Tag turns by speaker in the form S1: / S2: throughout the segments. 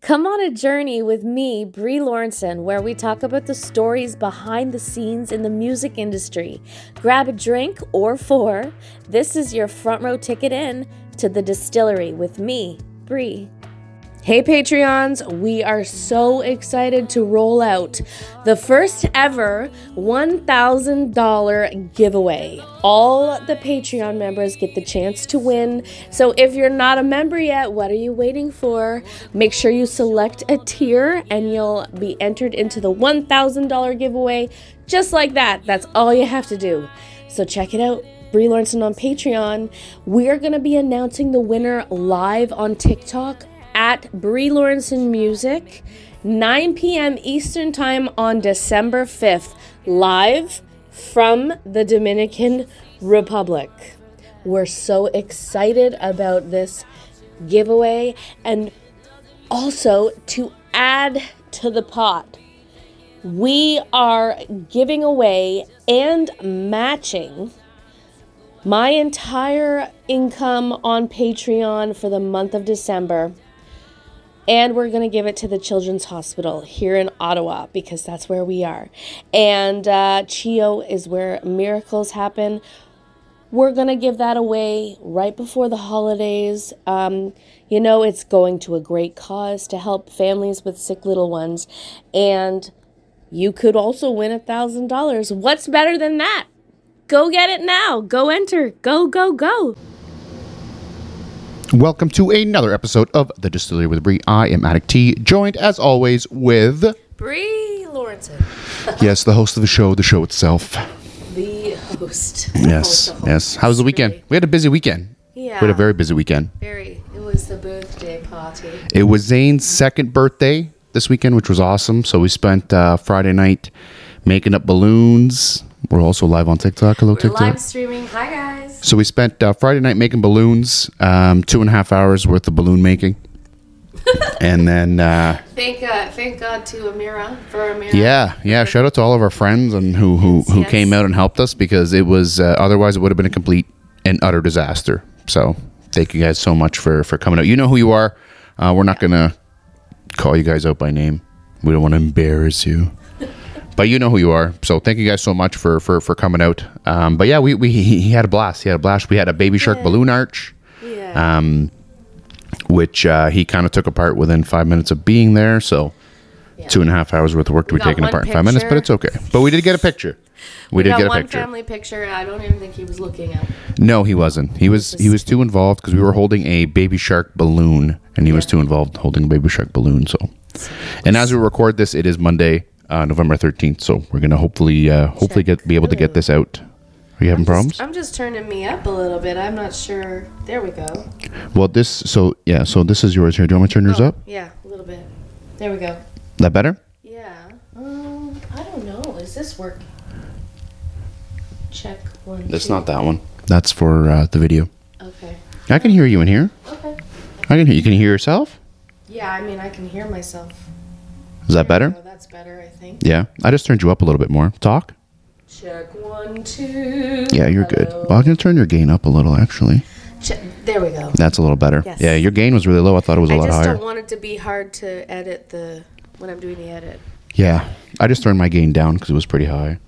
S1: Come on a journey with me, Brie Lawrenson, where we talk about the stories behind the scenes in the music industry. Grab a drink or four. This is your front row ticket in to the distillery with me, Brie.
S2: Hey Patreons, we are so excited to roll out the first ever $1,000 giveaway. All the Patreon members get the chance to win. So if you're not a member yet, what are you waiting for? Make sure you select a tier and you'll be entered into the $1,000 giveaway just like that. That's all you have to do. So check it out. Brie Lawrenson on Patreon. We are going to be announcing the winner live on TikTok at Brie Lawrenson Music, 9 p.m. Eastern Time on December 5th, live from the Dominican Republic. We're so excited about this giveaway and also to add to the pot. We are giving away and matching my entire income on Patreon for the month of December and we're going to give it to the Children's Hospital here in Ottawa because that's where we are. And uh, Chio is where miracles happen. We're going to give that away right before the holidays. Um, you know, it's going to a great cause to help families with sick little ones. And you could also win a $1,000. What's better than that? Go get it now. Go enter. Go, go, go.
S3: Welcome to another episode of The Distillery with Bree. I am Attic T, joined as always with,
S2: Brie Lawrenson,
S3: yes, the host of the show, the show itself.
S2: the host.
S3: Yes, yes. How was the weekend? We had a busy weekend.
S2: Yeah.
S3: We had a very busy weekend.
S2: Very. It was the birthday party.
S3: It was Zane's second birthday this weekend, which was awesome. So we spent uh, Friday night making up balloons. We're also live on TikTok. Hello, TikTok.
S2: Live streaming. Hi guys.
S3: So we spent uh, Friday night making balloons, um, two and a half hours worth of balloon making. and then, uh,
S2: Thank uh, thank God to Amira for Amira.
S3: yeah, yeah. Shout out to all of our friends and who who, who
S2: Yes.
S3: came out and helped us because it was uh, otherwise it would have been a complete and utter disaster. So thank you guys so much for for coming out. You know who you are. Uh, we're not gonna call you guys out by name. We don't want to embarrass you. But you know who you are, so thank you guys so much for for, for coming out. Um, but yeah, we, we he he had a blast. He had a blast. We had a baby shark balloon arch
S2: Yeah.
S3: um, which uh, he kind of took apart within five minutes of being there. So two and a half hours worth of work to be
S2: got
S3: taken
S2: one
S3: apart in five minutes, but it's
S2: picture.
S3: okay. But we did get a picture. We, did
S2: got
S3: get a
S2: one
S3: picture.
S2: family picture. I don't even think he was looking at.
S3: No, he wasn't. He was he was too involved because we were holding a baby shark balloon, and he was too involved holding a baby shark balloon. So, and as we record this, it is Monday, uh, November thirteenth. So we're gonna hopefully uh, hopefully get be able to get this out. Are you having problems?
S2: I'm just turning me up a little bit. I'm not sure. There we go.
S3: Well, this so yeah, so this is yours here. Do you want me to turn yours up?
S2: Yeah, a little bit. There we go.
S3: That better?
S2: Yeah. Um, I don't know. Is this working? Check one. two.
S3: that one. That's for uh, the video.
S2: Okay.
S3: I can hear you in here.
S2: Okay.
S3: I can hear you. Can you hear yourself?
S2: Yeah, I mean, I can hear myself.
S3: Is that
S2: There we
S3: better?
S2: go. That's better, I think.
S3: Yeah. I just turned you up a little bit more. Talk.
S2: Check one, two.
S3: Yeah, you're good. Well, I'm gonna turn your gain up a little actually.
S2: Check. There we go.
S3: That's a little better.
S2: Yes.
S3: Yeah, your gain was really low. I thought it was a
S2: I
S3: lot
S2: just
S3: higher.
S2: don't want it to be hard to edit the when I'm doing the edit.
S3: yeah. I just turned my gain down because it was pretty high.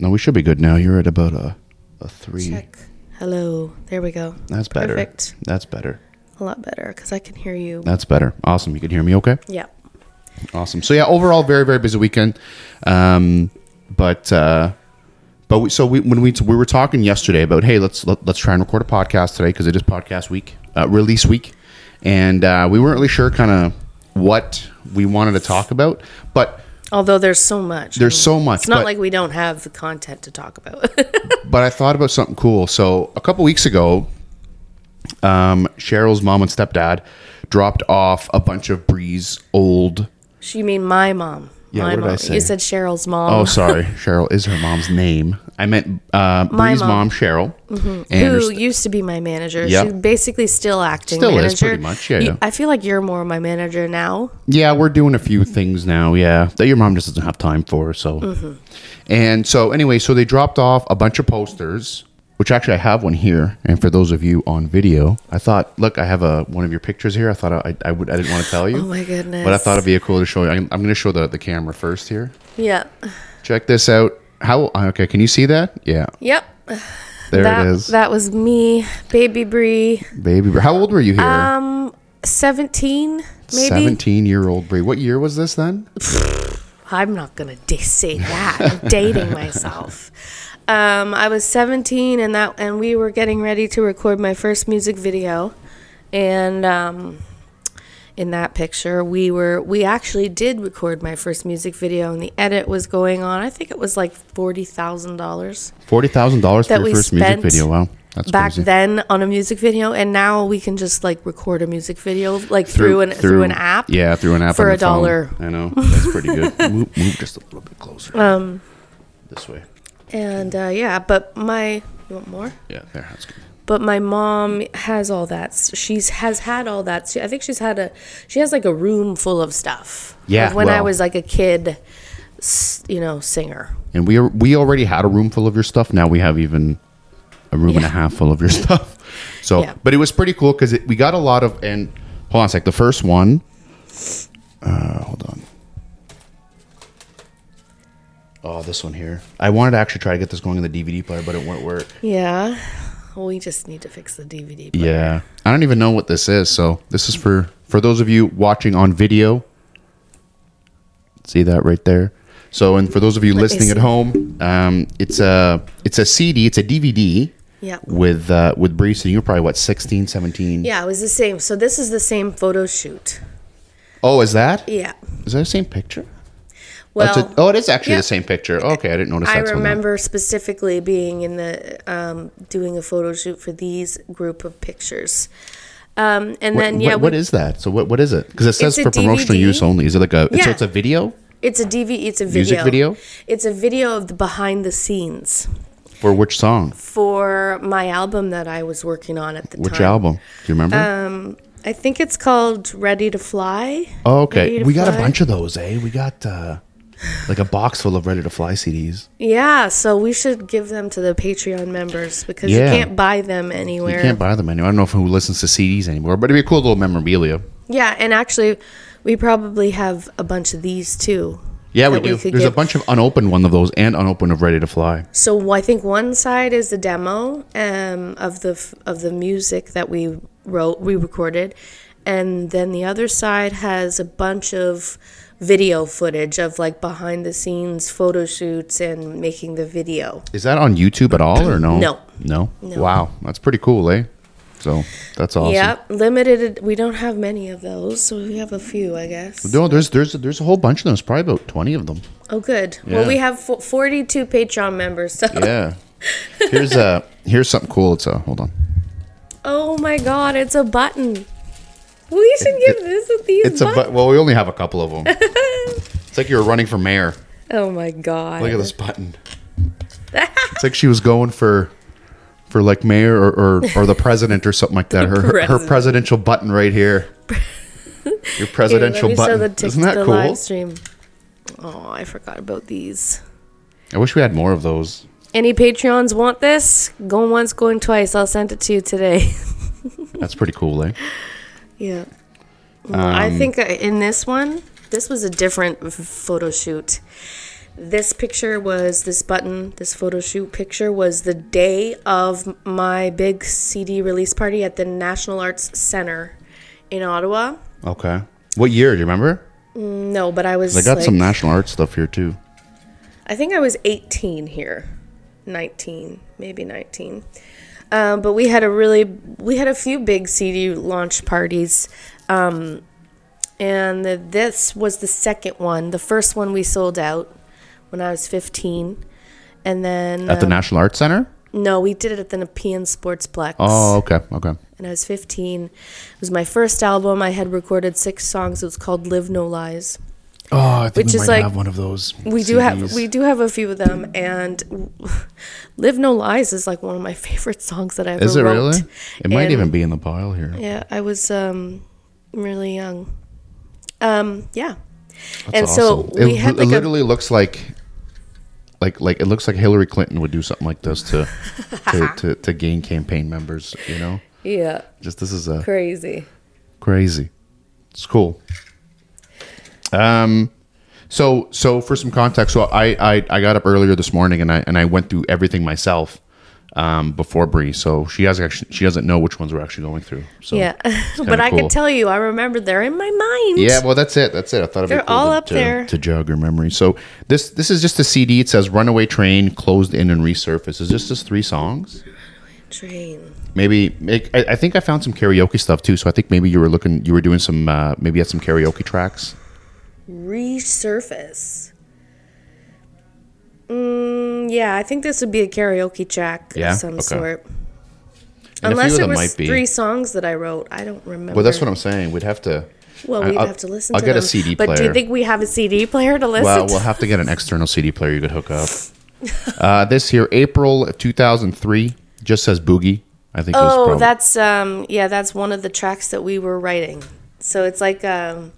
S3: No, we should be good now. You're at about a a three.
S2: Check. Hello. There we go.
S3: That's better.
S2: Perfect.
S3: That's better.
S2: A lot better because I can hear you.
S3: That's better. Awesome. You can hear me okay?
S2: Yeah.
S3: Awesome. So yeah, overall, very very busy weekend. Um, but uh, but we, so we, when we we were talking yesterday about hey let's let, let's try and record a podcast today because it is podcast week, uh, release week, and uh, we weren't really sure kind of what we wanted to talk about, but
S2: Although there's so much.
S3: there's so much.
S2: It's not
S3: but-
S2: like we don't have the content to talk about.
S3: but I thought about something cool. So a couple weeks ago, um, Cheryl's mom and stepdad dropped off a bunch of Bree's old.
S2: you mean my mom?
S3: Yeah,
S2: my
S3: what did
S2: mom.
S3: I say?
S2: You said Cheryl's mom.
S3: Oh, sorry, Cheryl is her mom's name. I meant uh,
S2: mom.
S3: Bree's
S2: Mm-hmm.
S3: mom. Cheryl, and her
S2: who
S3: st-
S2: used to be my manager.
S3: Yeah.
S2: She's basically still acting
S3: Still is,
S2: manager.
S3: pretty much, yeah,
S2: You-
S3: yeah.
S2: I feel like you're more my manager now.
S3: Yeah, we're doing a few things now. Yeah, that your mom just doesn't
S2: Mm-hmm.
S3: have time for. So, and so anyway, so they dropped off a bunch of posters, which actually I have one here. And for those of you on video, I thought, look, I have a one of your pictures here. I thought I, I would I didn't want to tell you.
S2: Oh my goodness.
S3: But I thought it'd be cool to show you. I'm, I'm going to show the, the camera first here.
S2: Yeah.
S3: Check this out. How okay? Can you see that? Yeah,
S2: Yep.
S3: there
S2: that
S3: it is,
S2: that was me, baby Bree.
S3: baby. Br- How old were you here?
S2: Um 17 maybe.
S3: Seventeen-year-old Brie. What year was this then?
S2: I'm not gonna da- say that. I'm dating myself. Um, I was 17, and that, and we were getting ready to record my first music video, and um, in that picture, we were we actually did record my first music video, and the edit was going on. I think it was like forty thousand dollars
S3: Forty thousand dollars for
S2: That
S3: your
S2: we
S3: first music
S2: spent
S3: video. Wow, that's
S2: back
S3: crazy.
S2: then on a music video, and now we can just like record a music video like through, an through, an app.
S3: Yeah, through an app
S2: for
S3: on
S2: a
S3: your phone.
S2: dollar.
S3: I know that's pretty good. move, move just a little bit closer. Um, this way.
S2: And uh, yeah, but my you want more?
S3: Yeah, there. That's good.
S2: but my mom has all that she's has had all that She- i think she's had a she has like a room full of stuff
S3: Yeah,
S2: of when i
S3: well-
S2: was like a kid s- you know singer
S3: And we are, we already had a room full of your stuff. Now we have even a room and a
S2: Yeah.
S3: half full of your stuff. So,
S2: Yeah.
S3: but it was pretty cool because we got a lot of. And hold on a sec. The first one. Uh, hold on. Oh, this one here. I wanted to actually try to get this going in the DVD player, but it won't work.
S2: yeah we just need to fix the dvd player.
S3: Yeah. I don't even know what this is. So this is for for those of you watching on video. See that right there. So and for those of you listening at
S2: see.
S3: home, um, it's a it's a CD, it's a DVD.
S2: Yeah.
S3: With uh, with Bree, so you were probably what 16, 17?
S2: yeah it was the same so this is the same photo shoot
S3: Oh, is that is
S2: yeah
S3: that the same picture? Oh,
S2: well
S3: it's a- oh, it is actually
S2: yeah.
S3: the same picture. Okay, I didn't notice
S2: I
S3: that's on that.
S2: remember specifically being in the um, doing a photo shoot for these group of pictures, um, and
S3: What,
S2: then
S3: what-
S2: yeah,
S3: what
S2: we-
S3: is that? So what, what is it? Because it says
S2: a
S3: for promotional
S2: DVD.
S3: use only. Is it like a? So
S2: Yeah.
S3: it's a video
S2: It's a DV. It's a video.
S3: Music video?
S2: It's a video of the behind the scenes
S3: for which song?
S2: for my album that I was working on at the time. Um,
S3: Which album? Do you remember?
S2: Uh, I think it's called Ready to Fly.
S3: Oh,
S2: Ready
S3: okay.
S2: to
S3: We got a
S2: Fly.
S3: bunch of those, eh? We got uh, like a box full of Ready to Fly CDs.
S2: Yeah, so we should give them to the Patreon members because
S3: Yeah.
S2: you can't buy them anywhere.
S3: You can't buy them anymore. I don't know who listens to CDs anymore, but it'd be a cool little memorabilia.
S2: yeah, and actually, we probably have a bunch of these too.
S3: Yeah, we
S2: that
S3: do.
S2: could
S3: There's a
S2: give.
S3: bunch of unopened one of those and unopened of Ready to Fly.
S2: So I think one side is the demo um, of the f- of the music that we wrote, we recorded, and then the other side has a bunch of video footage of like behind the scenes photo shoots and making the video.
S3: Is that on YouTube at all or no?
S2: No.
S3: No? Wow. That's pretty cool, eh? So that's awesome.
S2: Yep, limited. We don't have many of those, so we have a few, I guess.
S3: No, there's there's there's a whole bunch of them. There's probably about twenty of them.
S2: Oh, good. Well,
S3: Yeah.
S2: we have fo- forty-two Patreon members. So,
S3: Yeah. here's uh here's something cool. It's uh hold on.
S2: oh my God, it's a button. We should give this with these.
S3: It's a
S2: buttons.
S3: but well we only have a couple of them. it's like you were running for mayor.
S2: Oh my God.
S3: Look at this button. it's like she was going for for like mayor or or, or the president or something like that. Her her
S2: president.
S3: presidential button right here. Your
S2: Here, let
S3: presidential
S2: me show
S3: button.
S2: the tic-
S3: Isn't that
S2: the
S3: cool?
S2: live stream. Oh, I forgot about these.
S3: I wish we had more of those.
S2: Any Patreons want this? Going once, going twice. I'll send it to you today.
S3: That's pretty cool, eh?
S2: yeah. I
S3: Um,
S2: think I- in this one, this was a different f- photo shoot. This picture was this button, this photo shoot picture was the day of my big CD release party at the National Arts Center in Ottawa.
S3: Okay. What year do you remember?
S2: No, but I was
S3: I got
S2: like,
S3: some national art stuff here too.
S2: I think I was 18 here, 19, maybe 19. Um, but we had a really, we had a few big CD launch parties. Um, and the, this was the second one. The first one we sold out when I was 15. And then,
S3: At the
S2: uh,
S3: National Arts Center?
S2: no, we did it at the Nepean Sportsplex.
S3: Oh, okay. Okay.
S2: And I was 15. It was my first album. I had recorded six songs. It was called Live No Lies.
S3: Oh, I think
S2: Which we is might like- have
S3: one of those.
S2: we do have we do have a few of them and live no lies is like one of my favorite songs that i ever
S3: Is it
S2: wrote
S3: really? It might
S2: And-
S3: even be in the pile here.
S2: yeah i was um really young um yeah and so
S3: it
S2: we had
S3: li-
S2: like a,
S3: literally looks like like like it looks like Hillary Clinton would do something like this to to, to, to gain campaign members. You know,
S2: Yeah.
S3: just this is a
S2: Crazy.
S3: crazy. It's cool. Um, so so for some context, so I I, I got up earlier this morning and I and I went through everything myself. Um, before Bree, so she has actually she doesn't know which ones we're actually going through. So
S2: Yeah.
S3: it's kinda
S2: but I
S3: cool.
S2: can tell you, I remember they're in my mind.
S3: Yeah, well, that's it. That's it. I thought it'd
S2: They're
S3: be cool
S2: all
S3: to,
S2: up
S3: to-
S2: there.
S3: to jog your memory. So this this is just a CD. It says "Runaway Train" closed in and resurfaced. Is this just three songs?
S2: Train.
S3: Maybe make, I, I think I found some karaoke stuff too. So I think maybe you were looking, you were doing some, uh, maybe you had some karaoke tracks.
S2: Resurface. Mm, yeah, I think this would be a karaoke track
S3: Yeah?
S2: of some
S3: Okay.
S2: sort.
S3: And a few
S2: Unless
S3: of
S2: it
S3: them
S2: was
S3: might be.
S2: three songs that I wrote. I don't remember.
S3: Well, that's what I'm saying. We'd have to.
S2: Well,
S3: I-
S2: we'd
S3: I'll-
S2: have to listen
S3: I'll
S2: to
S3: get a
S2: them.
S3: CD
S2: But do you
S3: player.
S2: think we have a CD player to listen
S3: Well,
S2: to?
S3: we'll have to get an external CD player you could hook up. Uh, this here, April 2003, just says "Boogie." I think. it was
S2: Oh,
S3: probably-
S2: that's um yeah, that's one of the tracks that we were writing. So it's like um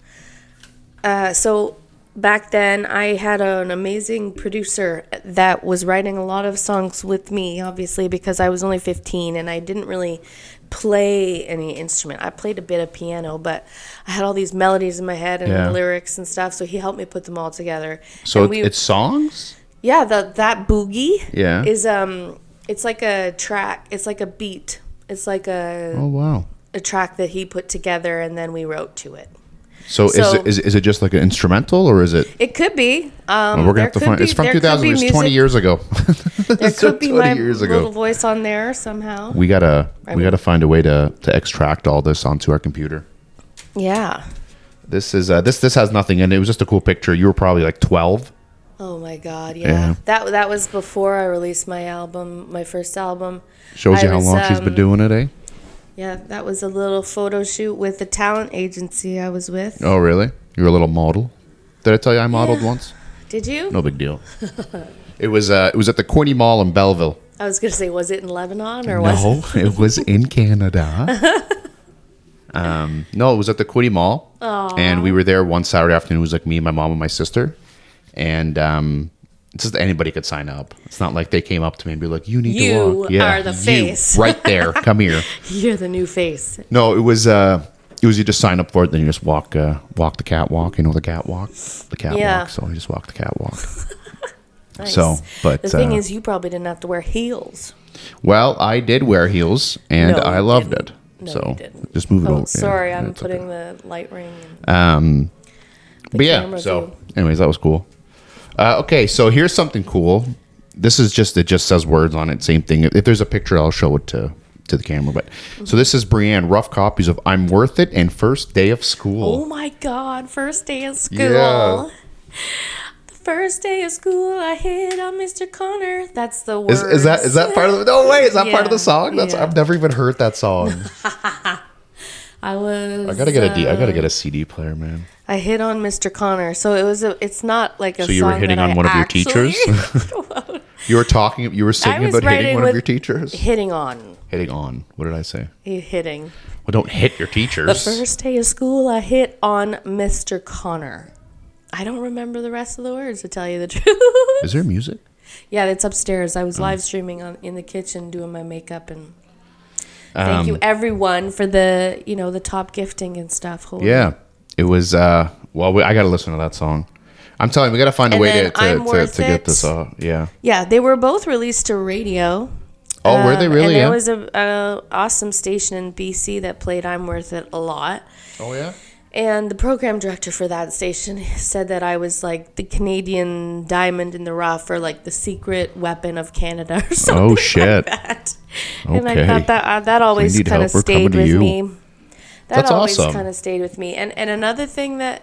S2: uh so back then I had an amazing producer that was writing a lot of songs with me obviously because I was only 15 and I didn't really play any instrument. I played a bit of piano, but I had all these melodies in my head and
S3: Yeah.
S2: lyrics and stuff, so he helped me put them all together.
S3: so.
S2: and
S3: it- it's songs.
S2: yeah, the that boogie
S3: Yeah.
S2: is um it's like a track, it's like a beat. It's like a
S3: Oh wow.
S2: a track that he put together and then we wrote to it.
S3: So, is,
S2: So-
S3: it, is, is it just like an instrumental or is it?
S2: It could be. Um
S3: We're gonna
S2: there
S3: have to
S2: could
S3: find.
S2: be-
S3: it's from
S2: there could
S3: 2000.
S2: be
S3: It's
S2: music-
S3: 20 years ago.
S2: There
S3: So
S2: could be
S3: 20
S2: my
S3: years ago.
S2: little voice on there somehow.
S3: we gotta we
S2: mean-
S3: gotta find a way to to extract all this onto our computer.
S2: yeah.
S3: This is uh, this this has nothing in it. It was just a cool picture. You were probably like 12.
S2: Oh my god, yeah.
S3: Yeah.
S2: That that was before I released my album, my first album.
S3: Shows
S2: I
S3: you how
S2: was,
S3: long she's been
S2: um,
S3: doing it, eh?
S2: Yeah, that was a little photo shoot with the talent agency I was with.
S3: Oh really? You're a little model. Did I tell you I modeled once?
S2: Did you?
S3: No big deal. it was uh, it was at the Courtney Mall in Belleville.
S2: I was going to say was it in Lebanon or was
S3: No, it was in Canada. um, no, it was at the Quiddy Mall, and we were there one Saturday afternoon. It was like me, my mom, and my sister, and um, it's just anybody could sign up. It's not like they came up to me and be like, "You need to
S2: You
S3: walk."
S2: are the face.
S3: right there. Come here.
S2: You're the new face.
S3: No, it was. Uh, it was you just sign up for it, then you just walk, uh, walk the catwalk. You know the catwalk, the catwalk.
S2: Yeah.
S3: So you just walk the catwalk.
S2: Nice.
S3: So, but
S2: the thing
S3: uh,
S2: is, you probably didn't have to wear heels.
S3: well, I did wear heels, and
S2: No,
S3: I
S2: you
S3: loved
S2: didn't.
S3: it.
S2: No,
S3: so
S2: you didn't.
S3: just move it over.
S2: Oh,
S3: yeah,
S2: sorry, I'm
S3: it's okay.
S2: putting the light ring. in.
S3: Um, but yeah,
S2: camera
S3: so
S2: view.
S3: anyways, that was cool. Uh, okay, so here's something cool. This is just it just says words on it. Same thing. If there's a picture, I'll show it to to the camera. But so this is Brienne. Rough copies of "I'm Worth It" and "First Day of
S2: Oh
S3: School."
S2: my god, first day of school.
S3: Yeah.
S2: The first day of school, I hit on Mr. Connor. That's the word.
S3: is, is that is that part of the? No way, is that part of
S2: Oh,
S3: the
S2: Yeah,
S3: song? That's
S2: yeah.
S3: I've never even heard that song.
S2: I was. uh,
S3: I gotta get a D. I gotta get a CD player, man.
S2: I hit on Mr. Connor. So it was a. It's not like a.
S3: So you were
S2: song
S3: hitting
S2: that
S3: on
S2: I
S3: one of your
S2: actually-
S3: You were talking. You were singing
S2: was
S3: about hitting
S2: writing
S3: one of
S2: with-
S3: your teachers.
S2: hitting on.
S3: Hitting on. What did I say?
S2: You hitting.
S3: Well, don't hit your teachers.
S2: The first day of school, I hit on Mr. Connor. I don't remember the rest of the words to tell you the truth.
S3: is there Mm. music?
S2: Yeah, it's upstairs. I was live streaming on in the kitchen doing my makeup and thank
S3: Um,
S2: you everyone for the you know the top gifting and stuff. Holy-
S3: Yeah, it was. uh Well, we, I got to listen to that song. I'm telling you, we got to find a
S2: And
S3: way to
S2: then
S3: to,
S2: I'm
S3: to,
S2: Worth
S3: to get
S2: It. Um,
S3: this off. Yeah.
S2: yeah. They were both released to radio.
S3: Oh, were they
S2: Um,
S3: really?
S2: And
S3: Yeah.
S2: there was a, a awesome station in BC that played "I'm Worth It" a lot.
S3: oh yeah.
S2: And the program director for that station said that I was like the Canadian diamond in the rough or like the secret weapon of Canada or something. like
S3: Oh, shit.
S2: that. And
S3: Okay.
S2: I thought that uh, that always
S3: need
S2: kind
S3: help,
S2: of
S3: we're coming
S2: stayed
S3: to
S2: with
S3: you.
S2: me. That
S3: That's
S2: always
S3: awesome.
S2: kind of stayed with me. And and another thing that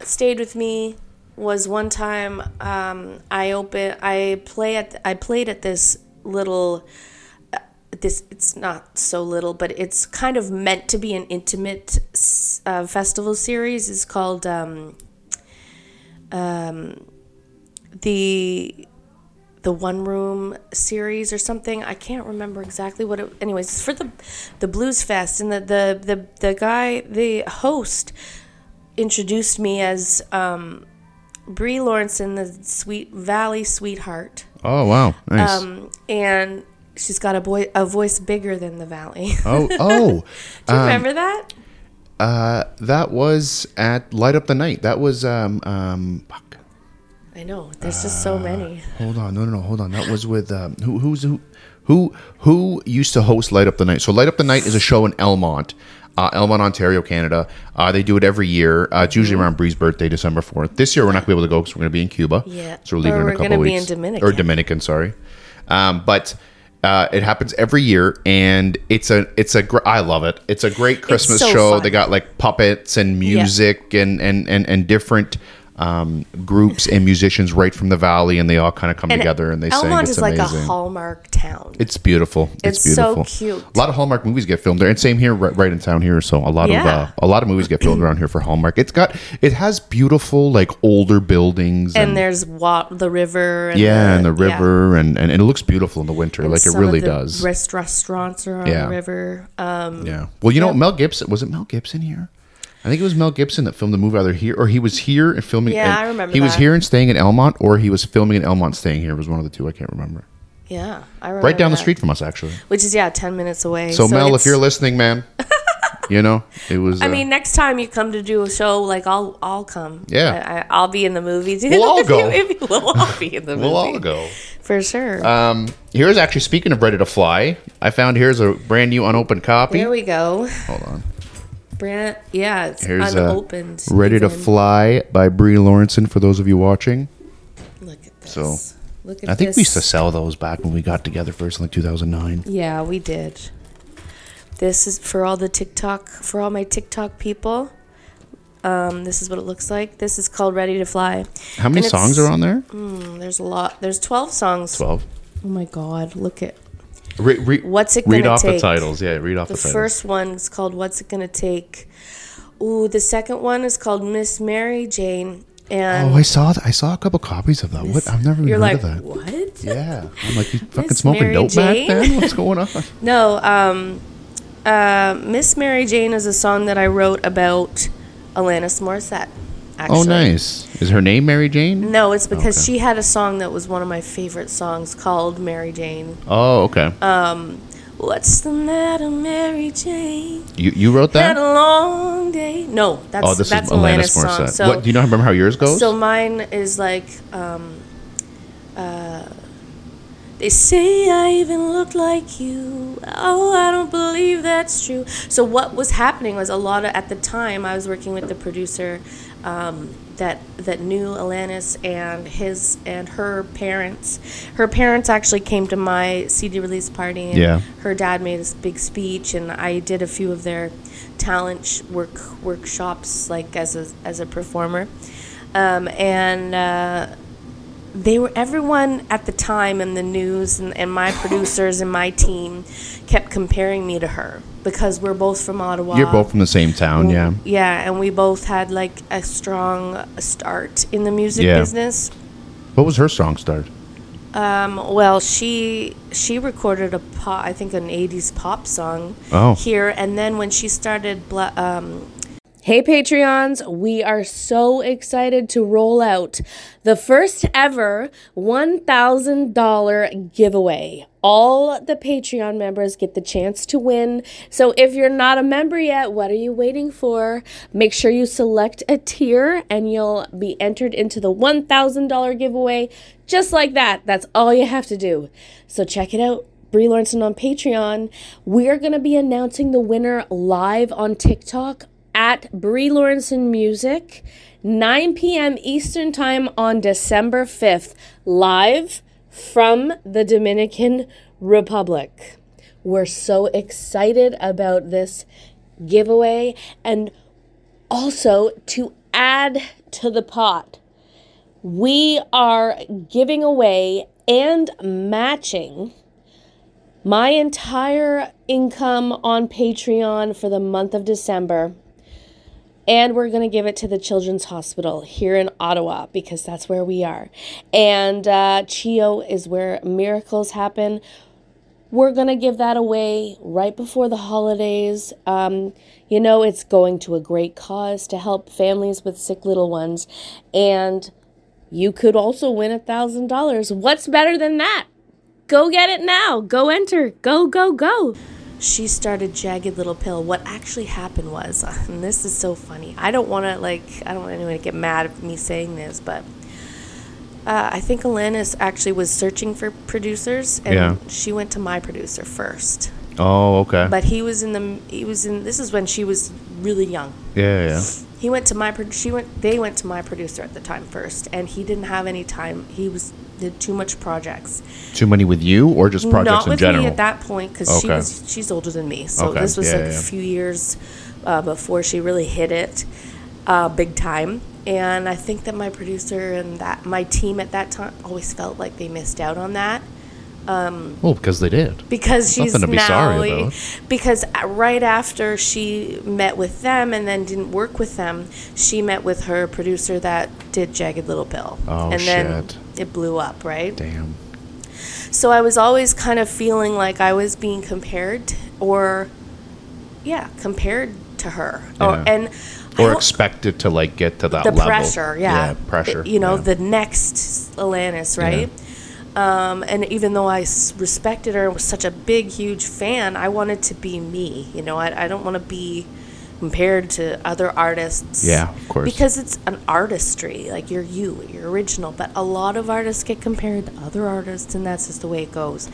S2: stayed with me was one time um, I open I play at I played at this little uh, this it's not so little but it's kind of meant to be an intimate s- uh, festival series it's called um, um, the the one room series or something i can't remember exactly what it anyways it's for the the blues fest and the the the, the guy the host introduced me as um, Brie Lawrenson, the Sweet Valley sweetheart,
S3: Oh wow, nice.
S2: um, and she's got a boy a voice bigger than the valley.
S3: oh oh,
S2: Do you remember that?
S3: uh, that was at Light Up the Night. That was um um. Fuck.
S2: I know. There's just
S3: uh,
S2: so many.
S3: Hold on, no no no, hold on. That was with um, who who's who. Who who used to host Light Up the Night? So Light Up the Night is a show in Elmont, uh, Elmont, Ontario, Canada. Uh, they do it every year. Uh, it's
S2: Mm-hmm.
S3: usually around Bree's birthday, December fourth. This year we're not going to be able to go because we're going to be in Cuba.
S2: Yeah.
S3: so we're
S2: Or
S3: leaving in a
S2: we're
S3: couple
S2: gonna be in
S3: weeks. or
S2: Dominican.
S3: Dominican, sorry. Um, but uh, it happens every year, and it's a it's a gr- I love it. It's a great Christmas
S2: so
S3: show.
S2: fun.
S3: They got uh, like puppets and music and and and and different. Um, groups and musicians right from the valley, and they all kind of come together and they sing.
S2: Elmont
S3: It's
S2: is
S3: amazing.
S2: like a hallmark town.
S3: It's beautiful. It's,
S2: It's so
S3: beautiful.
S2: cute.
S3: A lot of Hallmark movies get filmed there, and same here, right, right in town here. So a lot of
S2: Yeah.
S3: uh, a lot of movies get filmed around here for Hallmark. It's got it has beautiful like older buildings
S2: and there's wa- the river. And the,
S3: yeah, and the
S2: yeah.
S3: river, and, and, and it looks beautiful in the winter. like it
S2: Some of
S3: really
S2: the
S3: does.
S2: rest- restaurants are on
S3: Yeah.
S2: the river. Um,
S3: yeah. Well, you know, Mel Gibson was it Mel Gibson here? I think it was Mel Gibson that filmed the movie either here or he was here and filming.
S2: Yeah,
S3: and
S2: I remember
S3: He was
S2: that.
S3: here and staying in Elmont, or he was filming in Elmont, staying here. It was one of the two. I can't remember.
S2: yeah, I remember
S3: Right down the
S2: that.
S3: street from us, actually.
S2: which is yeah, ten minutes away.
S3: So, Mel, if
S2: it's-
S3: you're listening, man, you know it was. uh,
S2: I mean, next time you come to do a show, like I'll I'll come.
S3: Yeah.
S2: I, I, I'll be in the movie. too.
S3: We'll all
S2: If
S3: go.
S2: you- if you- we'll all be in the movie.
S3: we'll all go.
S2: for sure.
S3: Um, here's actually speaking of ready to fly. I found here's a brand new unopened copy.
S2: Here we go.
S3: Hold on.
S2: Brand, yeah, it's
S3: Here's uh,
S2: unopened.
S3: Ready to
S2: even.
S3: Fly by Brie Lawrenson for those of you watching.
S2: Look at this.
S3: So,
S2: Look at
S3: I think
S2: this.
S3: we used to sell those back when we got together first in like 2009.
S2: Yeah, we did. This is for all the TikTok, for all my TikTok people. Um, this is what it looks like. This is called Ready to Fly.
S3: How many
S2: And it's-
S3: songs are on there?
S2: Mm, There's a lot. There's 12 songs.
S3: 12.
S2: Oh my God! Look at
S3: Re- re-
S2: What's it
S3: Read
S2: gonna
S3: off the
S2: take?
S3: titles. Yeah, read off the,
S2: the
S3: titles.
S2: first one's called What's It Gonna Take. Ooh, the second one is called Miss Mary Jane. And
S3: Oh, I saw th- I saw a couple copies of that. What? I've never even
S2: you're like,
S3: heard of that.
S2: what?
S3: Yeah. I'm like, you fucking
S2: Miss
S3: smoking
S2: Mary
S3: dope
S2: Jane?
S3: back then? What's going on?
S2: No, um, uh, Miss Mary Jane is a song that I wrote about Alanis Morissette. Actually.
S3: Oh, nice. Is her name Mary Jane?
S2: No, it's because
S3: Okay.
S2: she had a song that was one of my favorite songs called Mary Jane.
S3: Oh, okay.
S2: Uh, What's the matter, Mary Jane?
S3: you, you wrote
S2: Had
S3: that?
S2: a long day. No, that's
S3: Oh, this
S2: that's
S3: is Alanis,
S2: Alanis' song.
S3: Morissette.
S2: So,
S3: what, do you know? Remember how yours goes?
S2: so mine is like, um, uh, they say I even look like you. Oh, I don't believe that's true. So what was happening was a lot of at the time I was working with the producer. Um, that, that knew Alanis and his and her parents. Her parents actually came to my CD release party. And
S3: Yeah.
S2: Her dad made this big speech, and I did a few of their talent sh- work workshops, like as a as a performer. Um, and uh, they were everyone at the time in the news and, and my producers and my team kept comparing me to her because we're both from Ottawa.
S3: You're both from the same town, yeah.
S2: yeah, and we both had like a strong start in the music
S3: Yeah.
S2: business.
S3: What was her song start?
S2: Um, well, she she recorded a pop, I think an '80s pop song
S3: Oh.
S2: here, and then when she started, bla- um,
S4: Hey Patreons, we are so excited to roll out the first ever $1,000 giveaway. All the Patreon members get the chance to win. So if you're not a member yet, what are you waiting for? Make sure you select a tier and you'll be entered into the $1,000 giveaway just like that. That's all you have to do. So check it out. Brie Lawrenson on Patreon. We're going to be announcing the winner live on TikTok at Brie Lawrenson Music, 9 p.m. Eastern Time on December 5th, live from the Dominican Republic. We're so excited about this giveaway and also to add to the pot. We are giving away and matching my entire income on Patreon for the month of December. And we're going to give it to the Children's Hospital here in Ottawa because that's where we are. And uh, CHEO is where miracles happen. We're going to give that away right before the holidays. Um, you know, it's going to a great cause to help families with sick little ones. And
S5: you could also win a thousand dollars. What's better than that? Go get it now. Go enter. Go, go, go.
S2: She started Jagged Little Pill. What actually happened was, and this is so funny. I don't want to like, I don't want anyone to get mad at me saying this, but uh, I think Lynn is actually was searching for producers, and
S3: Yeah.
S2: she went to my producer first.
S3: Oh, okay.
S2: But he was in the, he was in. This is when she was really young.
S3: yeah, yeah.
S2: He went to my, pro- she went, they went to my producer at the time first, and he didn't have any time. He was did too much projects.
S3: Too many with you or just projects
S2: Not
S3: in
S2: with
S3: general?
S2: me at that point because she
S3: Okay.
S2: was she's older than me. So
S3: Okay,
S2: this was
S3: yeah,
S2: like
S3: yeah.
S2: a few years uh, before she really hit it uh, big time. And I think that my producer and that my team at that time always felt like they missed out on that
S3: Well, Oh, because they did.
S2: because she's
S3: Nothing to be
S2: now
S3: sorry about.
S2: because right after she met with them and then didn't work with them, she met with her producer that did Jagged Little Pill.
S3: Oh,
S2: and then
S3: shit.
S2: it blew up, right?
S3: Damn.
S2: So I was always kind of feeling like I was being compared or yeah, compared to her. Or
S3: Yeah.
S2: and I
S3: Or
S2: don't-
S3: expected to like get to that
S2: the
S3: level.
S2: pressure, yeah.
S3: pressure.
S2: You know, the
S3: yeah.
S2: next Alanis, right? Um, and even though I s- respected her and was such a big, huge fan, I wanted to be me. You know, I, I don't want to be compared to other artists.
S3: Yeah, of course.
S2: Because it's an artistry. Like, you're you, you're original. But a lot of artists get compared to other artists, and that's just the way it goes.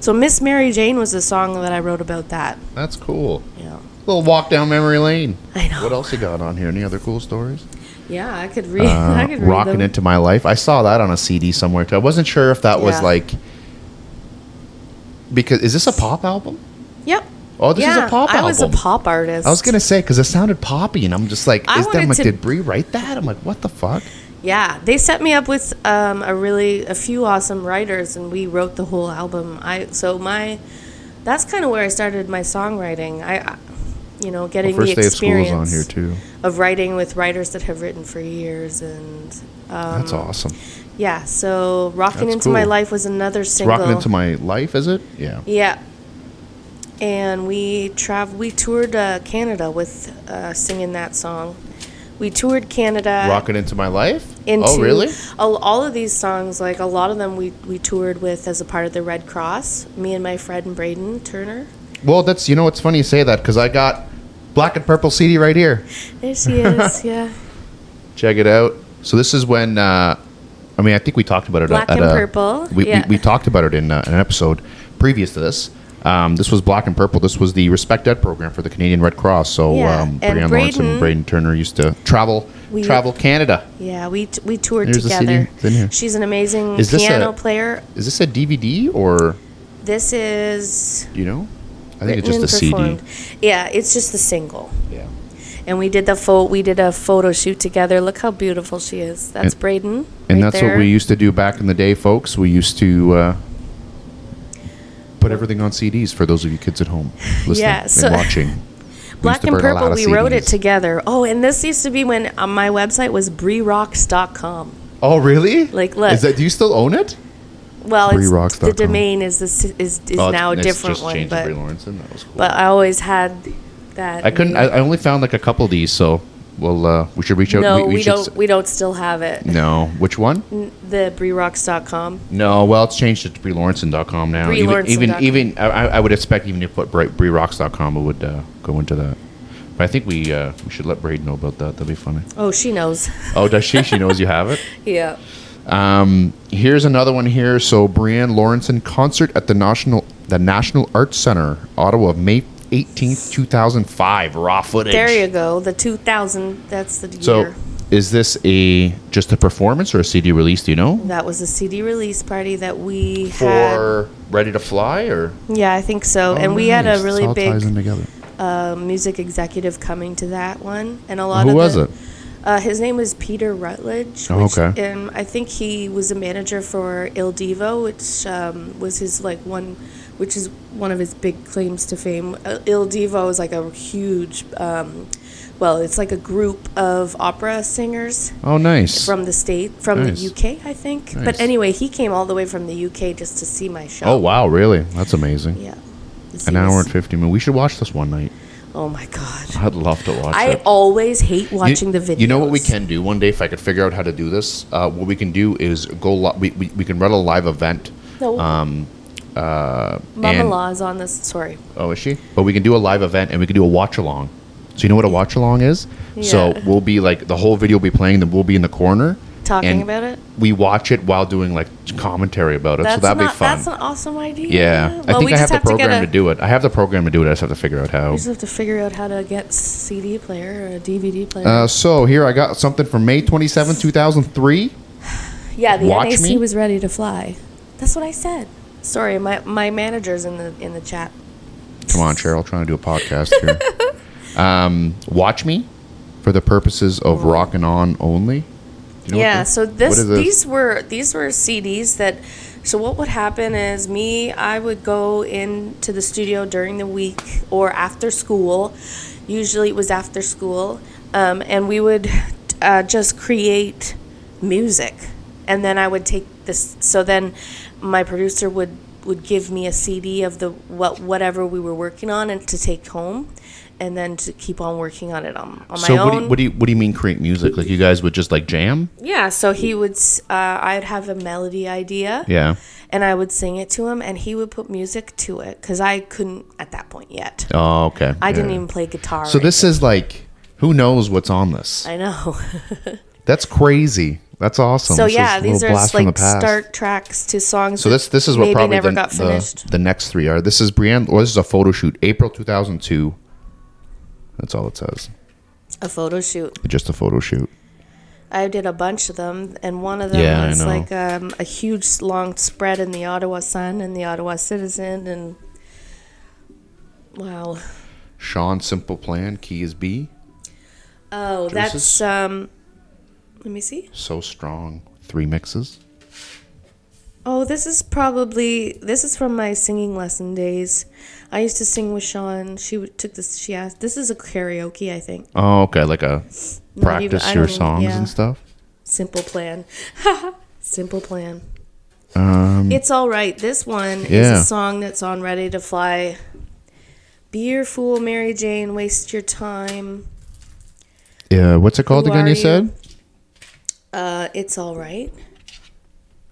S2: So, Miss Mary Jane was a song that I wrote about that.
S3: That's cool.
S2: You know.
S3: Little walk down memory lane.
S2: I know.
S3: What else you got on here? Any other cool stories?
S2: Yeah, I could read. I
S3: Uh,
S2: could read
S3: Rocking
S2: them.
S3: into my life. I saw that on a CD somewhere too. I wasn't sure if that was
S2: Yeah.
S3: like because is this a pop album?
S2: Yep.
S3: Oh, this is a
S2: Yeah,
S3: pop
S2: I was a
S3: album.
S2: pop artist.
S3: I was gonna say because it sounded poppy, and I'm just like,
S2: I
S3: is that
S2: wanted
S3: like,
S2: to-
S3: did Brie write that? I'm like, what the fuck?
S2: Yeah, they set me up with um, a really a few awesome writers, and we wrote the whole album. I so my that's kind of where I started my songwriting. I, I you know, getting
S3: First
S2: the
S3: day of school
S2: experience
S3: is on here too.
S2: of writing with writers that have written for years, and um,
S3: That's awesome.
S2: yeah. So rocking
S3: That's
S2: into my
S3: cool.
S2: life was another single.
S3: Rocking into my life, is it? Yeah.
S2: yeah. And we traveled. We toured uh, Canada with uh, singing that song. We toured Canada.
S3: Rocking into my life.
S2: into
S3: oh really?
S2: all, all of these songs like a lot of them we, we toured with as a part of the red cross me and my friend braden turner
S3: Well, that's you know it's funny you say that because I got black and purple CD right here.
S2: there she is yeah
S3: Check it out. So this is when uh, I mean I think we talked about it. uh,
S2: Black
S3: at
S2: and
S3: a-
S2: Purple,
S3: We,
S2: yeah.
S3: we, we talked about it in uh, an episode previous to this. Um, this was black and purple. This was the Respect Ed program for the Canadian Red Cross. So
S2: Yeah,
S3: um,
S2: and
S3: Brian Lawrence and
S2: Braden-
S3: Braden Turner used to travel
S2: We-
S3: travel Canada.
S2: yeah we t- we toured
S3: Here's the CD.
S2: together
S3: It's in here.
S2: she's an amazing
S3: Is this
S2: piano
S3: a-
S2: player
S3: Is this a DVD or
S2: this is
S3: you know? I think it's
S2: written
S3: just
S2: and
S3: a CD.
S2: performed. yeah it's just the single
S3: Yeah.
S2: and we did the photo we did a photo shoot together look how beautiful she is that's
S3: And-
S2: braden
S3: And
S2: right
S3: that's what
S2: there.
S3: we used to do back in the day, folks. We used to uh, put everything on CDs for those of you kids at home listening
S2: Yeah, so-
S3: and watching. We
S2: Black
S3: used to
S2: and
S3: burn a lot
S2: Purple,
S3: of
S2: we wrote it
S3: CDs.
S2: together. Oh, and this used to be when uh, my website was brerocks.com.
S3: Oh, really?
S2: Like, look.
S3: Is that, do you still own it?
S2: Well, it's,
S3: brerocks.com.
S2: the domain is this is,
S3: Oh,
S2: is now a different one, but
S3: That was cool.
S2: but I always had that.
S3: I couldn't. I, I only found like a couple of these, so well, uh, we should reach out.
S2: no, we,
S3: should
S2: don't.
S3: s-
S2: we don't still have it.
S3: no, which one?
S2: The brerocks.com.
S3: No, well, it's changed it to BrieLawrenson.com now. Even even,
S2: BrieLawrenson.com.
S3: even I, I I would expect even if you put Bri- BrieRocks.com, it would uh, go into that. But I think we uh, we should let Braid know about that. That'd be funny.
S2: Oh, she knows.
S3: Oh, does she? She knows you have it.
S2: yeah.
S3: Um, here's another one here. So Brianne Lawrenson concert at the National the National Arts Center, Ottawa, May 18th, 2005. Raw footage.
S2: There you go. The 2000. That's the year.
S3: So, is this a just a performance or a CD release? Do you know?
S2: that was a CD release party that we had.
S3: For Ready to Fly or?
S2: Yeah, I think so. and we had a really big
S3: together.
S2: uh, music executive coming to that one, and a lot
S3: Who
S2: of
S3: was
S2: the-
S3: it?
S2: Uh, his name was Peter Rutledge.
S3: Oh,
S2: Which,
S3: okay.
S2: And I think he was a manager for Il Divo, which um, was his like one, which is one of his big claims to fame. Uh, Il Divo is like a huge, um, well, it's like a group of opera singers
S3: Oh, nice.
S2: from the state, from
S3: Nice.
S2: the UK, I think.
S3: Nice.
S2: But anyway, he came all the way from the UK just to see my show.
S3: oh, wow, really? Oh, That's amazing.
S2: Yeah.
S3: An hour and 50 minutes. We should watch this one night.
S2: Oh my god.
S3: I'd love to watch
S2: I
S3: it.
S2: always hate
S3: You-
S2: watching the videos.
S3: You know what we can do one day if I could figure out how to do this. Uh, what we can do is go. Li- we, we we can run a live event.
S2: No.
S3: Um, uh,
S2: Mama
S3: and-
S2: Law is on this. Sorry.
S3: Oh, is she? But we can do a live event and we can do a watch along. So you know what a watch along is? So
S2: Yeah.
S3: we'll be like the whole video will be playing, then we'll be in the corner
S2: Talking
S3: and
S2: about it?
S3: We watch it while doing like commentary about it. so
S2: not,
S3: that'd be fun.
S2: That's an awesome idea.
S3: yeah, I
S2: Well,
S3: think
S2: we
S3: I have
S2: just
S3: the
S2: to
S3: program
S2: get
S3: to,
S2: a,
S3: do it. I have the program to do it. I just have to figure out how.
S2: We just have to figure out how to get CD player or a DVD player.
S3: Uh, so here I got something from May twenty seventh, two 2003.
S2: yeah, the
S3: watch
S2: NAC
S3: me?
S2: was ready to fly. That's what I said. Sorry, my my manager's in the in the chat.
S3: Come on, Cheryl, trying to do a podcast here. um, watch me for the purposes of rockin' on only. You know what
S2: yeah
S3: the-
S2: so
S3: what
S2: this
S3: is this?
S2: these were these were cds that so what would happen is me i would go into the studio during the week or after school usually it was after school um, and we would uh, just create music and then i would take this so then my producer would would give me a cd of the what whatever we were working on and to take home and then to keep on working on it on, on
S3: So
S2: my
S3: what
S2: own
S3: do, you, what do you what do you mean create music? Like you guys would just like jam?
S2: Yeah, so he would, s- uh, I'd have a melody idea.
S3: Yeah.
S2: And I would sing it to him, and he would put music to it because I couldn't at that point yet.
S3: Oh, okay.
S2: I didn't
S3: Yeah.
S2: even play guitar.
S3: So this is like, who knows what's on this?
S2: I know.
S3: That's crazy. That's awesome.
S2: so
S3: This is
S2: yeah,
S3: a
S2: these
S3: little
S2: are
S3: blast
S2: just
S3: from
S2: like
S3: the past.
S2: start tracks to songs.
S3: So this this is what
S2: maybe
S3: probably
S2: never
S3: the,
S2: got
S3: the-
S2: finished.
S3: the next three are. This is Brienne. Well, this is a photo shoot, April two thousand two. That's all it says.
S2: a photo shoot.
S3: Just a photo shoot.
S2: I did a bunch of them, and one of them
S3: Yeah, I
S2: was
S3: know.
S2: like um, a huge long spread in the Ottawa Sun and the Ottawa Citizen, and wow.
S3: Sean, simple plan. Key is B.
S2: Oh,
S3: Juices?
S2: that's um. Let me see.
S3: So strong. Three mixes.
S2: Oh, this is probably this is from my singing lesson days. I used to sing with Sean. She would- took this. She asked, "This is a karaoke, I think."
S3: Oh, okay. Like a
S2: even-
S3: practice
S2: I
S3: your
S2: don't even-
S3: songs
S2: yeah.
S3: and stuff.
S2: Simple plan. Simple plan.
S3: Um,
S2: It's all right. This one is
S3: Yeah.
S2: a song that's on Ready to Fly. Be your fool, Mary Jane. Waste your time.
S3: yeah. What's it called
S2: Who
S3: again?
S2: are
S3: You
S2: you?
S3: said.
S2: Uh, it's all right.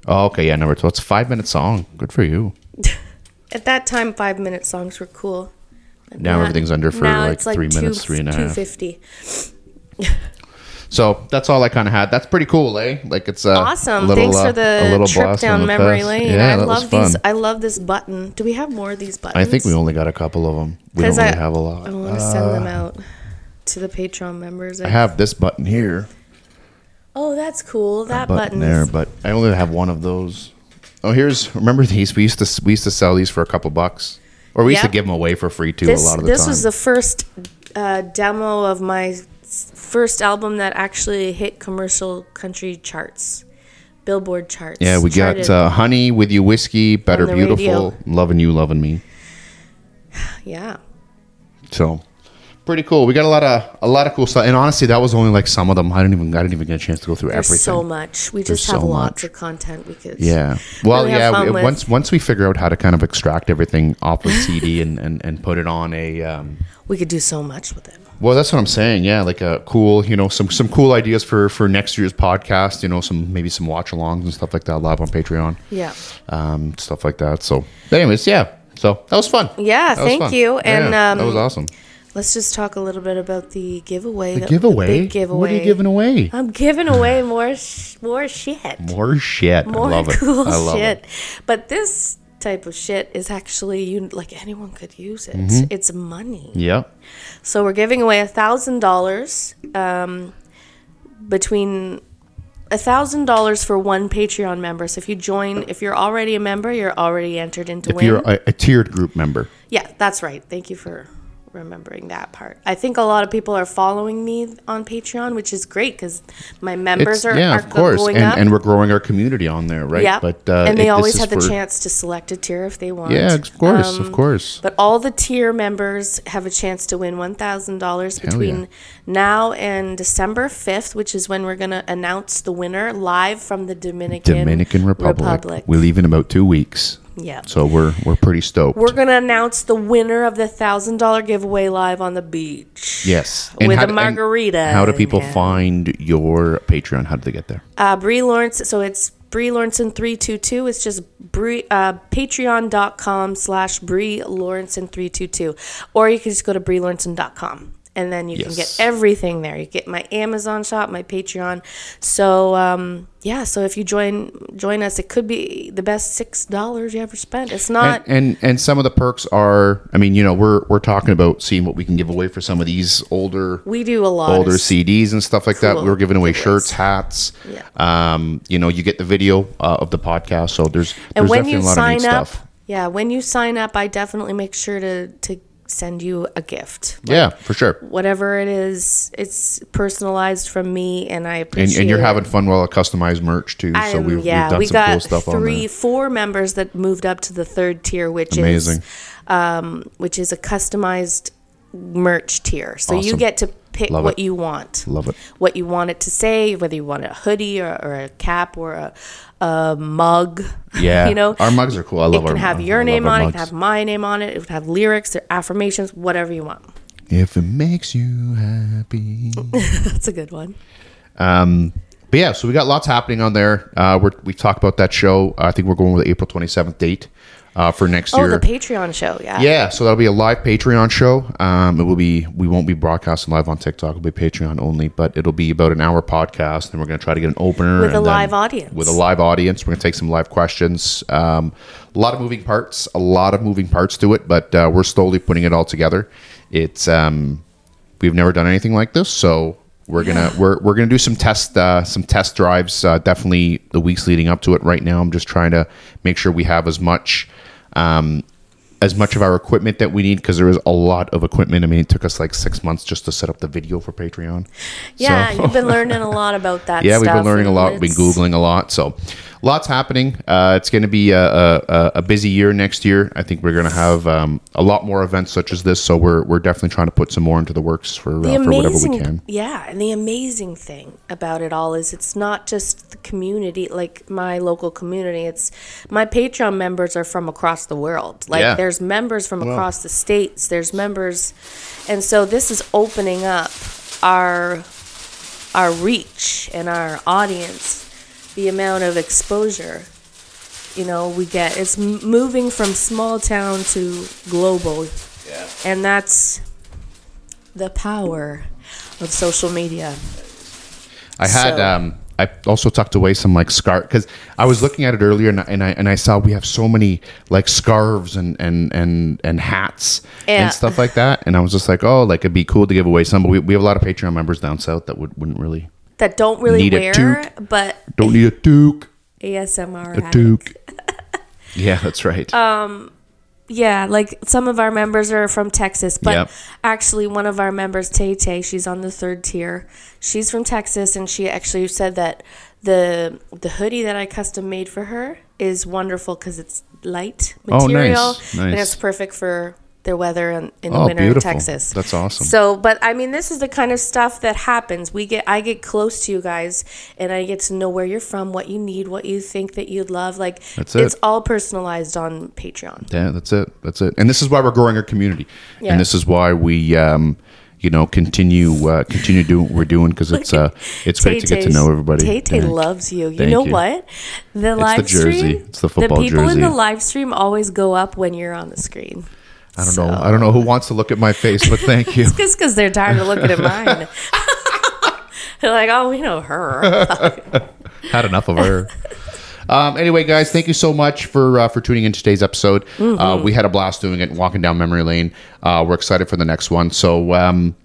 S3: Oh, okay. Yeah, number two. It's a five minute song. Good for you.
S2: At that time, five minute songs were cool. But
S3: Now everything's under for like three minutes, three and a
S2: Two
S3: half.
S2: fifty.
S3: So that's all I kind of had. That's pretty cool, eh? Like it's uh,
S2: Awesome.
S3: a little,
S2: Thanks
S3: uh,
S2: for
S3: a
S2: the
S3: little
S2: trip
S3: blast from
S2: down
S3: the
S2: memory
S3: past.
S2: lane.
S3: Yeah,
S2: I
S3: that
S2: love
S3: was
S2: these.
S3: fun.
S2: I love this button. Do we have more of these buttons?
S3: I think we only got a couple of them. We don't
S2: 'Cause
S3: really
S2: I-
S3: have a
S2: I
S3: lot. Uh,
S2: want to send them out to the Patreon members.
S3: I have this button here,
S2: oh, that's cool. That
S3: button
S2: button.
S3: there,
S2: is
S3: but I only have one of those. Oh, here's remember these? We used to we used to sell these for a couple bucks, or we used
S2: Yep.
S3: to give them away for free too.
S2: this
S3: a lot of the
S2: this
S3: time.
S2: was the first uh, demo of my s- first album that actually hit commercial country charts, Billboard charts.
S3: yeah, we got
S2: charted.
S3: uh, honey with you whiskey, better
S2: the
S3: beautiful,
S2: radio.
S3: loving you, loving me.
S2: yeah.
S3: So pretty cool. We got a lot of a lot of cool stuff. And honestly, that was only like some of them. I didn't even I didn't even get a chance to go through
S2: There's
S3: everything.
S2: so much. We just
S3: There's
S2: have
S3: so
S2: lots
S3: much.
S2: of content we could.
S3: Yeah. Well,
S2: really have
S3: yeah.
S2: fun
S3: we-
S2: with.
S3: Once once we figure out how to kind of extract everything off of CD and, and, and put it on a um,
S2: We could do so much with it.
S3: well, that's what I'm saying. Yeah, like a cool, you know, some some cool ideas for for next year's podcast. You know, some maybe some watch alongs and stuff like that live on Patreon,
S2: Yeah.
S3: um, stuff like that. So, anyways, yeah. So that was fun.
S2: Yeah,
S3: That was
S2: thank
S3: fun.
S2: you, and,
S3: Yeah,
S2: um,
S3: that was awesome.
S2: Let's just talk a little bit about the giveaway. that- The,
S3: Giveaway.
S2: big giveaway.
S3: What are you giving away?
S2: I'm giving away more sh- more shit.
S3: More shit.
S2: More
S3: I love it.
S2: cool
S3: I love
S2: shit.
S3: It.
S2: But this type of shit is actually you like anyone could use it.
S3: Mm-hmm.
S2: It's money.
S3: Yeah.
S2: So we're giving away a thousand dollars um, between a thousand dollars for one Patreon member. So if you join, if you're already a member, you're already entered into
S3: If
S2: win.
S3: you're a, a tiered group member,
S2: Yeah, that's right. Thank you for remembering that part. I think a lot of people are following me on Patreon, which is great because my members
S3: it's,
S2: are,
S3: yeah,
S2: are
S3: of course,
S2: going
S3: and,
S2: up.
S3: and we're growing our community on there, right?
S2: yeah,
S3: But uh,
S2: and they
S3: it- this
S2: always
S3: is
S2: have the
S3: for-
S2: chance to select a tier if they want.
S3: Yeah, of course, of
S2: Um,
S3: course.
S2: But all the tier members have a chance to win one thousand dollars between
S3: yeah.
S2: now and December fifth, which is when we're gonna announce the winner live from the Dominican
S3: Dominican Republic.
S2: Republic.
S3: We leave in about two weeks.
S2: Yeah.
S3: So we're we're pretty stoked.
S2: We're going to announce the winner of the $1,000 giveaway live on the beach.
S3: yes,
S2: with
S3: how
S2: a
S3: do-
S2: margarita.
S3: how do people
S2: Yeah.
S3: find your Patreon? How do they get there?
S2: Uh, Bree Lawrence, so it's Bree Lawrenson 322. It's just Bree, uh, patreon.com slash Bree Lawrenson 322. Or you can just go to BreeLawrenson.com. And then you can get
S3: Yes.
S2: everything there. You get my Amazon shop, my Patreon. So um, yeah, so if you join join us, it could be the best six dollars you ever spent. It's not
S3: and, and and some of the perks are i mean you know we're we're talking about seeing what we can give away for some of these older
S2: we do a lot. of
S3: older
S2: s-
S3: cds and stuff like that
S2: cool
S3: we're giving away
S2: giveaways.
S3: shirts hats
S2: Yeah.
S3: um you know you get the video uh, of the podcast so there's
S2: and
S3: there's
S2: when
S3: definitely
S2: you
S3: a lot of
S2: sign
S3: neat
S2: up,
S3: stuff
S2: yeah, when you sign up, I definitely make sure to to send you a gift.
S3: yeah for sure
S2: whatever it is, it's personalized from me, and I
S3: and,
S2: appreciate.
S3: and you're
S2: it.
S3: having fun while a customized merch too so
S2: I'm-
S3: we've,
S2: yeah,
S3: we've done
S2: we
S3: some
S2: got
S3: cool stuff
S2: three,
S3: on there
S2: four members that moved up to the third tier, which
S3: Amazing.
S2: is um, which is a customized merch tier. So you
S3: Awesome.
S2: get to pick
S3: Love
S2: what
S3: it.
S2: you want,
S3: love it
S2: what you want it to say, whether you want a hoodie or, or a cap or a, a mug.
S3: yeah
S2: you know,
S3: our mugs are cool i
S2: it
S3: love
S2: can
S3: our
S2: have
S3: I
S2: your
S3: love
S2: name
S3: our
S2: on it, it
S3: mugs.
S2: can have my name on it, it would have lyrics or affirmations, whatever you want.
S3: if it makes you happy Um,
S2: That's a good one.
S3: But yeah, so we got lots happening on there. Uh, we're, we've talked about that show. I think we're going with the April 27th date uh, for next
S2: Oh,
S3: year.
S2: the Patreon show, yeah.
S3: yeah, so that'll be a live Patreon show. Um, it will be we won't be broadcasting live on TikTok. It'll be Patreon only, but it'll be about an hour podcast, and we're going to try to get an opener
S2: With a
S3: and then-
S2: live audience.
S3: With a live audience, we're going to take some live questions. Um, a lot of moving parts, a lot of moving parts to it, but uh, we're slowly putting it all together. It's um, we've never done anything like this, so we're gonna we're, we're gonna do some test uh, some test drives. Uh, definitely the weeks leading up to it. Right now, I'm just trying to make sure we have as much. Um, as much of our equipment that we need because there is a lot of equipment. I mean, it took us like six months just to set up the video for Patreon.
S2: Yeah,
S3: So-
S2: you've been learning a lot about that.
S3: yeah, we've been
S2: stuff,
S3: learning a
S2: and
S3: lot. We've been
S2: it's-
S3: googling a lot. So, lots happening. Uh, it's going to be a, a, a- a busy year next year. I think we're going to have um, a lot more events such as this. So we're we're definitely trying to put some more into the works for
S2: The
S3: uh, for whatever
S2: amazing,
S3: we can.
S2: yeah, and the amazing thing about it all is it's not just the community, like my local community. It's my Patreon members are from across the world. Like
S3: Yeah.
S2: there's members from across the states. There's members, and so this is opening up our our reach and our audience, the amount of exposure. You know, we get it's m- moving from small town to global, and that's the power of social media.
S3: I had
S2: So-
S3: um, I also tucked away some like scarf because I was looking at it earlier and I, and I and I saw we have so many like scarves and and and and hats
S2: Yeah.
S3: and stuff like that. And I was just like, oh, like it'd be cool to give away some. But we, we have a lot of Patreon members down south that would wouldn't really
S2: That don't really
S3: Need a
S2: wear,
S3: toque.
S2: but
S3: don't need a duke.
S2: ASMR.
S3: A
S2: addicts.
S3: Duke. yeah, that's right.
S2: Uh, Yeah, like some of our members are from Texas, but
S3: Yep.
S2: actually, one of our members, Tay Tay, she's on the third tier. She's from Texas, and she actually said that the the hoodie that I custom made for her is wonderful because it's light
S3: Oh, nice,
S2: material and
S3: nice.
S2: it's perfect for their weather in, in the
S3: Oh,
S2: winter
S3: beautiful.
S2: in Texas.
S3: That's awesome.
S2: So, but I mean, this is the kind of stuff that happens. We get, I get close to you guys, and I get to know where you're from, what you need, what you think that you'd love. Like,
S3: That's
S2: it's
S3: it.
S2: all personalized on Patreon.
S3: yeah, that's it. That's it. And this is why we're growing our community.
S2: Yeah.
S3: And this is why we um you know continue uh, continue doing what we're doing because it's uh it's great to get to
S2: Tay-Tay's-
S3: know everybody.
S2: Tay Tay
S3: Thank-
S2: loves you. You
S3: Thank
S2: know
S3: you.
S2: what? The live
S3: jersey.
S2: stream.
S3: It's the football
S2: people in the
S3: jersey.
S2: live stream always go up when you're on the screen.
S3: I don't know. I don't know who wants to look at my face, but thank you.
S2: Just because they're tired of looking at mine. they're like, oh, we know her.
S3: Had enough of her. Um, anyway, guys, thank you so much for uh, for tuning in today's episode. Uh,
S2: Mm-hmm.
S3: we had a blast doing it, and walking down memory lane. Uh, we're excited for the next one. So, um,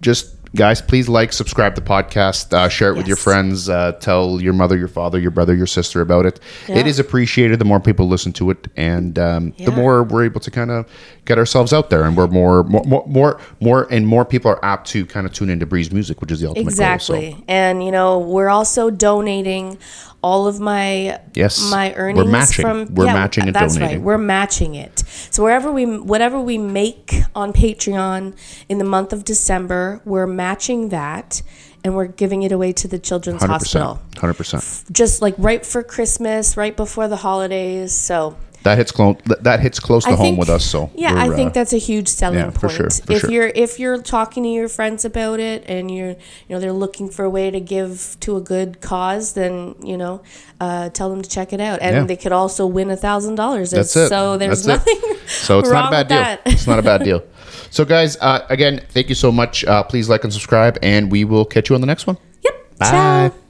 S3: just guys, please like, subscribe to the podcast, uh, share it with your
S2: Yes.
S3: friends, uh, tell your mother, your father, your brother, your sister about it. It is appreciated. The more people listen to it, and um, the
S2: Yeah.
S3: more we're able to kind of get ourselves out there, and we're more, more, more, more, more and more people are apt to kind of tune into Breeze Music, which is the ultimate goal.
S2: Exactly.
S3: So,
S2: And, you know, we're also donating all of my
S3: Yes.
S2: my
S3: We're
S2: earnings
S3: matching.
S2: from
S3: We're matching and
S2: that's
S3: donating.
S2: right we're matching it so wherever we whatever we make on patreon in the month of december we're matching that and we're giving it away to the Children's
S3: Hundred percent.
S2: Hospital.
S3: Hundred percent.
S2: Just like right for Christmas, right before the holidays. So
S3: That hits close. That hits close to
S2: I
S3: home
S2: think-
S3: with us. So
S2: yeah,
S3: we're,
S2: I think
S3: uh,
S2: that's a huge selling
S3: yeah, for
S2: point.
S3: sure, for
S2: if
S3: sure.
S2: you're if you're talking to your friends about it and you're you know they're looking for a way to give to a good cause, then you know uh, tell them to check it out, and
S3: Yeah.
S2: they could also win a thousand dollars.
S3: That's it.
S2: So there's
S3: That's it.
S2: nothing.
S3: So it's not a
S2: wrong
S3: bad
S2: with
S3: deal.
S2: that.
S3: It's not a bad deal. So guys, uh, again, thank you so much. Uh, please like and subscribe, and we will catch you on the next one.
S2: Yep.
S3: Bye.
S2: Ciao.